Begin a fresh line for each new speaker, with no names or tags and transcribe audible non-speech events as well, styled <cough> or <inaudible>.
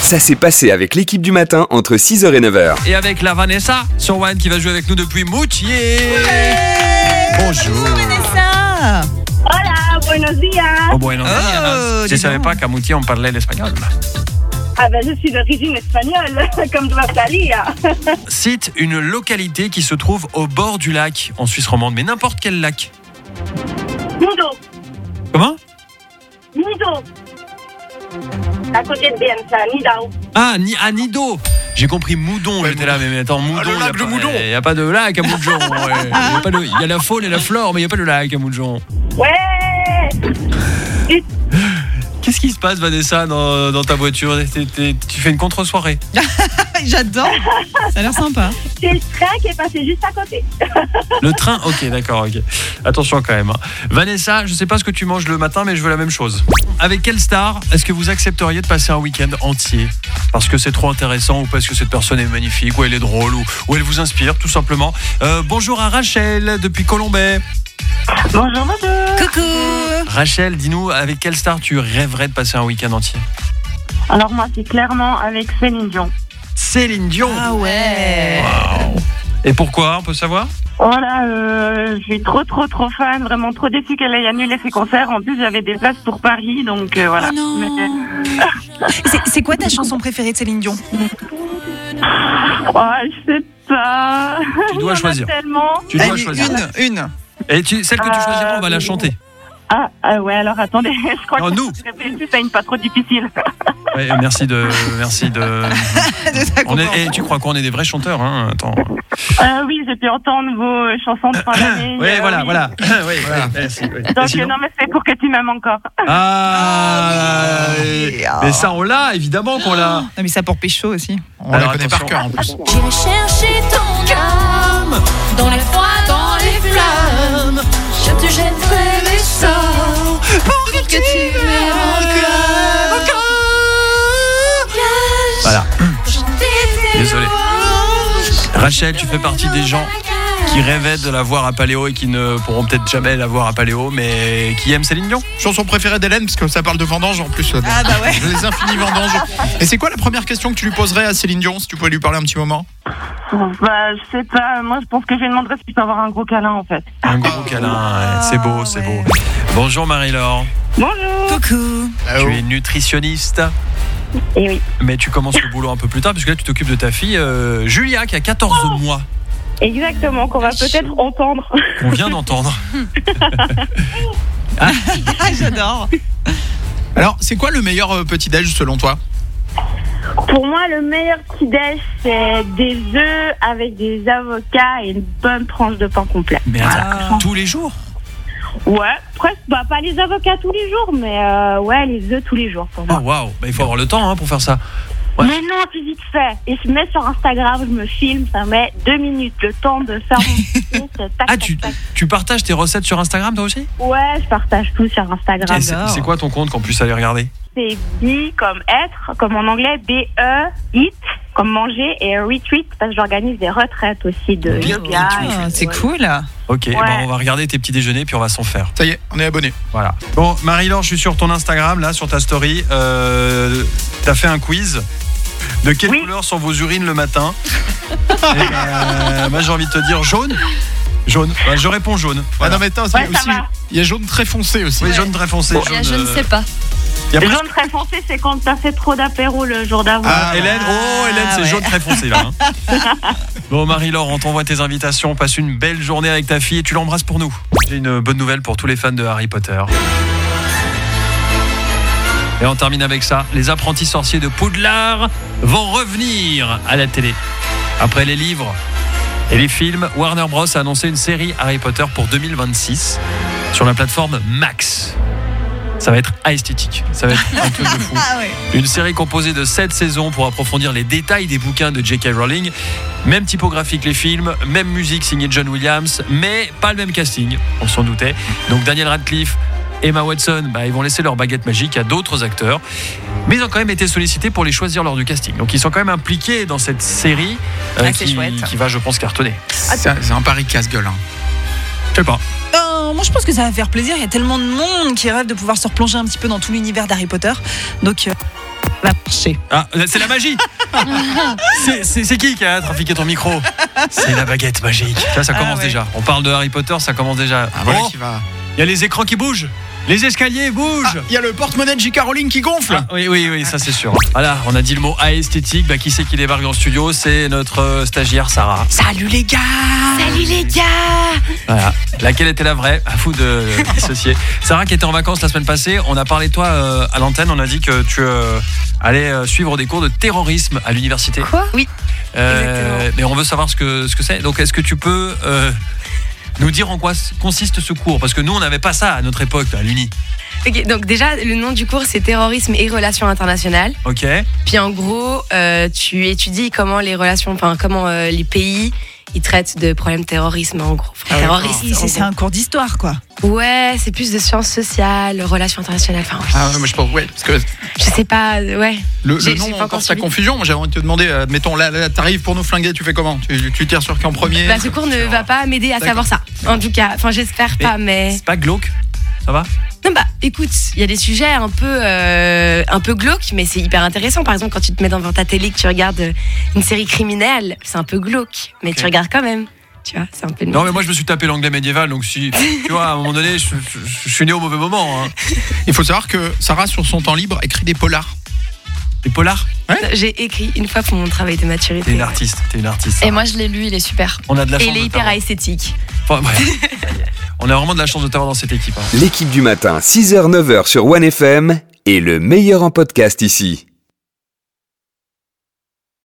Ça s'est passé avec l'équipe du matin entre 6h et 9h.
et avec la Vanessa sur One qui va jouer avec nous depuis Moutier. Bonjour.
Vanessa
Hola, buenos días.
Oh, buenos
Oh,
días. Je
dis
savais
donc.
pas qu'à Moutier on parlait l'espagnol.
Ah ben, je suis d'origine espagnole, <laughs> comme Rosalia.
Cite une localité qui se trouve au bord du lac en Suisse romande, mais n'importe quel lac.
Mudo,
Comment
Mudo. À côté de Bienza, Nidao.
Ah, ni à Nido. J'ai compris Moudon, j'étais là, mais mais attends, Moudon.
le
il y a
lac de
pas-
Moudon.
Il n'y a pas de lac à Moudjon. ouais. Il y a pas de- Il y a la faune et la flore, mais il n'y a pas de lac à Moudjon.
Ouais
Qu'est-ce qui se passe, Vanessa, dans, dans ta voiture T'es- t'es- Tu fais une contre-soirée.
<laughs> J'adore Ça a l'air sympa.
C'est le train qui est passé juste à côté.
Le train Ok, d'accord, ok. Attention quand même. hein. Vanessa, je sais pas ce que tu manges le matin, mais je veux la même chose. Avec quelle star est-ce que vous accepteriez de passer un week-end entier Parce que c'est trop intéressant, ou parce que cette personne est magnifique, ou elle est drôle, ou, ou elle vous inspire, tout simplement. Euh, bonjour à Rachel, depuis Colombay.
Bonjour, madame.
Coucou
Rachel, dis-nous, avec quelle star tu rêverais de passer un week-end entier
Alors, moi, c'est clairement avec Céline Dion.
Céline Dion
Ah ouais
Et pourquoi, on peut savoir
Voilà, euh, je suis trop, trop, trop fan. Vraiment trop déçue qu'elle ait annulé ses concerts. En plus, j'avais des places pour Paris, donc euh, voilà.
Oh non <laughs> C'est- C'est quoi ta chanson préférée de Céline Dion
Oh, je sais pas.
Tu dois
Il y en a
choisir.
Tellement.
Tu dois choisir.
Une, une <laughs>
Et tu- celle que tu
Euh,
choisiras, on va la chanter.
Ah, ah ouais, alors attendez, <laughs> je crois
Non,
que
nous.
je réfléchis à une pas trop difficile.
Ouais, merci de... Merci de... On est, eh, tu crois qu'on est des vrais chanteurs, hein Attends.
Euh, oui, j'ai pu entendre vos chansons de fin d'année.
Oui,
Euh,
voilà,
oui.
voilà. Ah, Oui, voilà. Merci, oui. Et
Donc,
sinon-
non, mais c'est pour que tu m'aimes encore.
Ah,
Ah oui.
euh, Mais ça, on l'a, évidemment qu'on l'a.
Non Ah, mais ça pour Pécho aussi.
On la
Alors,
connaît
attention.
par cœur en plus.
J'irai chercher ton âme dans les froids, dans les flammes. Je te jetterai mes sorts pour que tu m'aimes encore. Encore.
Voilà.
Je t'ai fait
Désolé.
l'ange.
Rachel, tu fais partie des gens qui rêvaient de la voir à Paléo et qui ne pourront peut-être jamais la voir à Paléo, mais qui aiment Céline Dion.
Chanson préférée d'Hélène, parce que ça parle de vendanges en plus. là-dedans.
Ah bah ouais
<laughs> Les infinis vendanges. Et c'est quoi la première question que tu lui poserais à Céline Dion, si tu pouvais lui parler un petit moment
Bah, je sais pas, moi, je pense que je lui demanderais si je peux avoir un gros câlin, en fait.
Un gros câlin, ouais. c'est beau, c'est beau. Bonjour Marie-Laure,
Bonjour
Coucou
tu es nutritionniste,
Eh
Et oui,
mais tu commences le boulot un peu plus tard, puisque là tu t'occupes de ta fille euh, Julia, qui a 14 mois,
exactement, qu'on va peut-être entendre.
qu'on vient d'entendre.
Ah
<laughs>
j'adore
Alors, c'est quoi le meilleur euh, petit-déj selon toi
<laughs> Pour moi, le meilleur petit déj, c'est des œufs avec des avocats et une bonne tranche de pain complet.
Mais attends, tous les jours
Ouais, presque. Bah, pas les avocats tous les jours, mais euh, ouais, les œufs tous les jours pour moi.
Oh waouh, Bah, il faut avoir le temps hein, pour faire ça. Ah, ouais.
Mais non, c'est vite fait. Et je mets sur Instagram, je me filme, ça met deux minutes, le temps de faire mon
<laughs>
petit, c'est tac,
Ah,
tac,
tu,
tac.
tu partages tes recettes sur Instagram toi aussi
Ouais, je partage tout sur Instagram.
Et Eh, c'est-
J'adore.
C'est quoi ton compte qu'on puisse aller regarder
C'est be comme être, comme en anglais, B-E, eat, comme manger, et retreat, parce que j'organise des retraites aussi de
Bien,
yoga.
retreat.
et-
Ah, C'est
ouais.
cool
Ok, eh ben,
Ouais.
on va regarder tes petits déjeuners puis on va s'en faire.
Ça y est, on est abonné. Ah
Voilà. Bon, Marie-Laure, je suis sur ton Instagram, là, sur ta story. Euh, T'as fait un quiz. De quelle
Oui.
couleur sont vos urines le matin Eh ben, Moi, j'ai envie de te dire jaune. Jaune. Bah, je réponds jaune.
Ah non, mais attends,
Ouais,
c'est
ça
aussi-
va.
il y a jaune très foncé aussi.
Oui, jaune très foncé.
Il y a
jaune,
je ne
euh,
sais pas.
il y a
Le
presque-
jaune très foncé, c'est quand t'as fait trop d'apéro le jour d'avant.
Ah,
Hélène, oh Hélène, c'est
ouais.
jaune très foncé là. hein. bon Marie-Laure, on t'envoie tes invitations, passe une belle journée avec ta fille et tu l'embrasses pour nous. J'ai une bonne nouvelle pour tous les fans de Harry Potter. Et on termine avec ça, les apprentis sorciers de Poudlard vont revenir à la télé. Après les livres et les films, Warner Bros a annoncé une série Harry Potter pour 2026 sur la plateforme Max. Ça va être esthétique, ça va être un truc de fou.
Ah ouais
Une série composée de 7 saisons pour approfondir les détails des bouquins de J.K. Rowling. Même typographie que les films, même musique signée John Williams, mais pas le même casting, on s'en doutait. Donc Daniel Radcliffe, Emma Watson, bah, ils vont laisser leur baguette magique à d'autres acteurs. Mais ils ont quand même été sollicités pour les choisir lors du casting. Donc ils sont quand même impliqués dans cette série euh,
Ah, c'est
qui,
chouette.
qui va, je pense, cartonner.
C'est un, c'est un pari casse-gueule. hein.
Je sais pas.
Euh, moi, je pense que ça va faire plaisir. Il y a tellement de monde qui rêve de pouvoir se replonger un petit peu dans tout l'univers d'Harry Potter. Donc, euh, bah,
chercher.
Ah, c'est la
<laughs>
magie C'est- C'est c'est qui qui a trafiqué ton micro C'est la baguette magique. Ça, ça
Ah
commence
ouais.
déjà. On parle de Harry Potter, ça commence déjà.
Ah, voilà
Oh,
qui va.
il y a les écrans qui bougent Les escaliers
Ah,
bougent
Il y a le porte-monnaie de J. Caroline qui gonfle.
Ah, oui, oui, oui, ça c'est sûr. Voilà, on a dit le mot aesthétique. Bah, qui c'est qui débarque dans le studio C'est notre euh, stagiaire Sarah.
Salut les gars
Salut les gars
Voilà. Laquelle était la vraie À vous
<laughs>
de dissocier. Sarah qui était en vacances la semaine passée, on a parlé de toi euh, à l'antenne, on a dit que tu euh, allais euh, suivre des cours de terrorisme à l'université.
Quoi Oui.
Euh, mais on veut savoir ce que ce que c'est. Donc est-ce que tu peux euh, nous dire en quoi s- consiste ce cours Parce que nous on n'avait pas ça à notre époque à l'uni.
Ok, donc déjà, le nom du cours, c'est Terrorisme et Relations internationales.
Ok.
Puis en gros, euh, tu étudies comment les relations, enfin comment euh, les pays, ils traitent de problèmes terrorisme en gros.
Ah
Enfin, terroristes,
Oui,
en
c'est c'est un cours d'histoire, quoi.
gros. Ouais, c'est plus de sciences sociales, relations internationales, enfin oui.
Ah ouais, moi je pense, ouais, parce que
Je sais pas, euh, ouais.
le, le
J'ai-
nom
j'ai pas
encore
encore
sa
suivi.
confusion. Moi, J'avais envie de te demander, euh, mettons, là, là t'arrives pour nous flinguer, tu fais comment tu, tu tires sur qui en premier
Bah, ce cours ne va pas m'aider à
D'accord.
savoir ça. En tout cas, enfin j'espère pas, mais...
C'est pas glauque Ça va
Non bah écoute, il y a des sujets un peu euh, un peu glauques, mais c'est hyper intéressant. Par exemple, quand tu te mets devant ta télé que tu regardes euh, une série criminelle, c'est un peu glauque, mais tu regardes quand même. Tu vois, c'est un peu.
Non mais moi je me suis tapé l'anglais médiéval donc si tu vois à un moment donné je, je- je suis né au mauvais moment. Hein.
Il faut savoir que Sarah, sur son temps libre, écrit des polars.
T'es polar
J'ai écrit une fois pour mon travail de
T'es
maturité.
une artiste. T'es une artiste.
Et
Sarah.
moi je l'ai lu, il est super.
on a de la
Et
chance.
il est
de
hyper
t'avoir.
esthétique.
Enfin,
<laughs>
bref. On a vraiment de la chance de t'avoir dans cette équipe. hein.
L'équipe du matin, 6h-9h sur 1FM et le meilleur en podcast ici.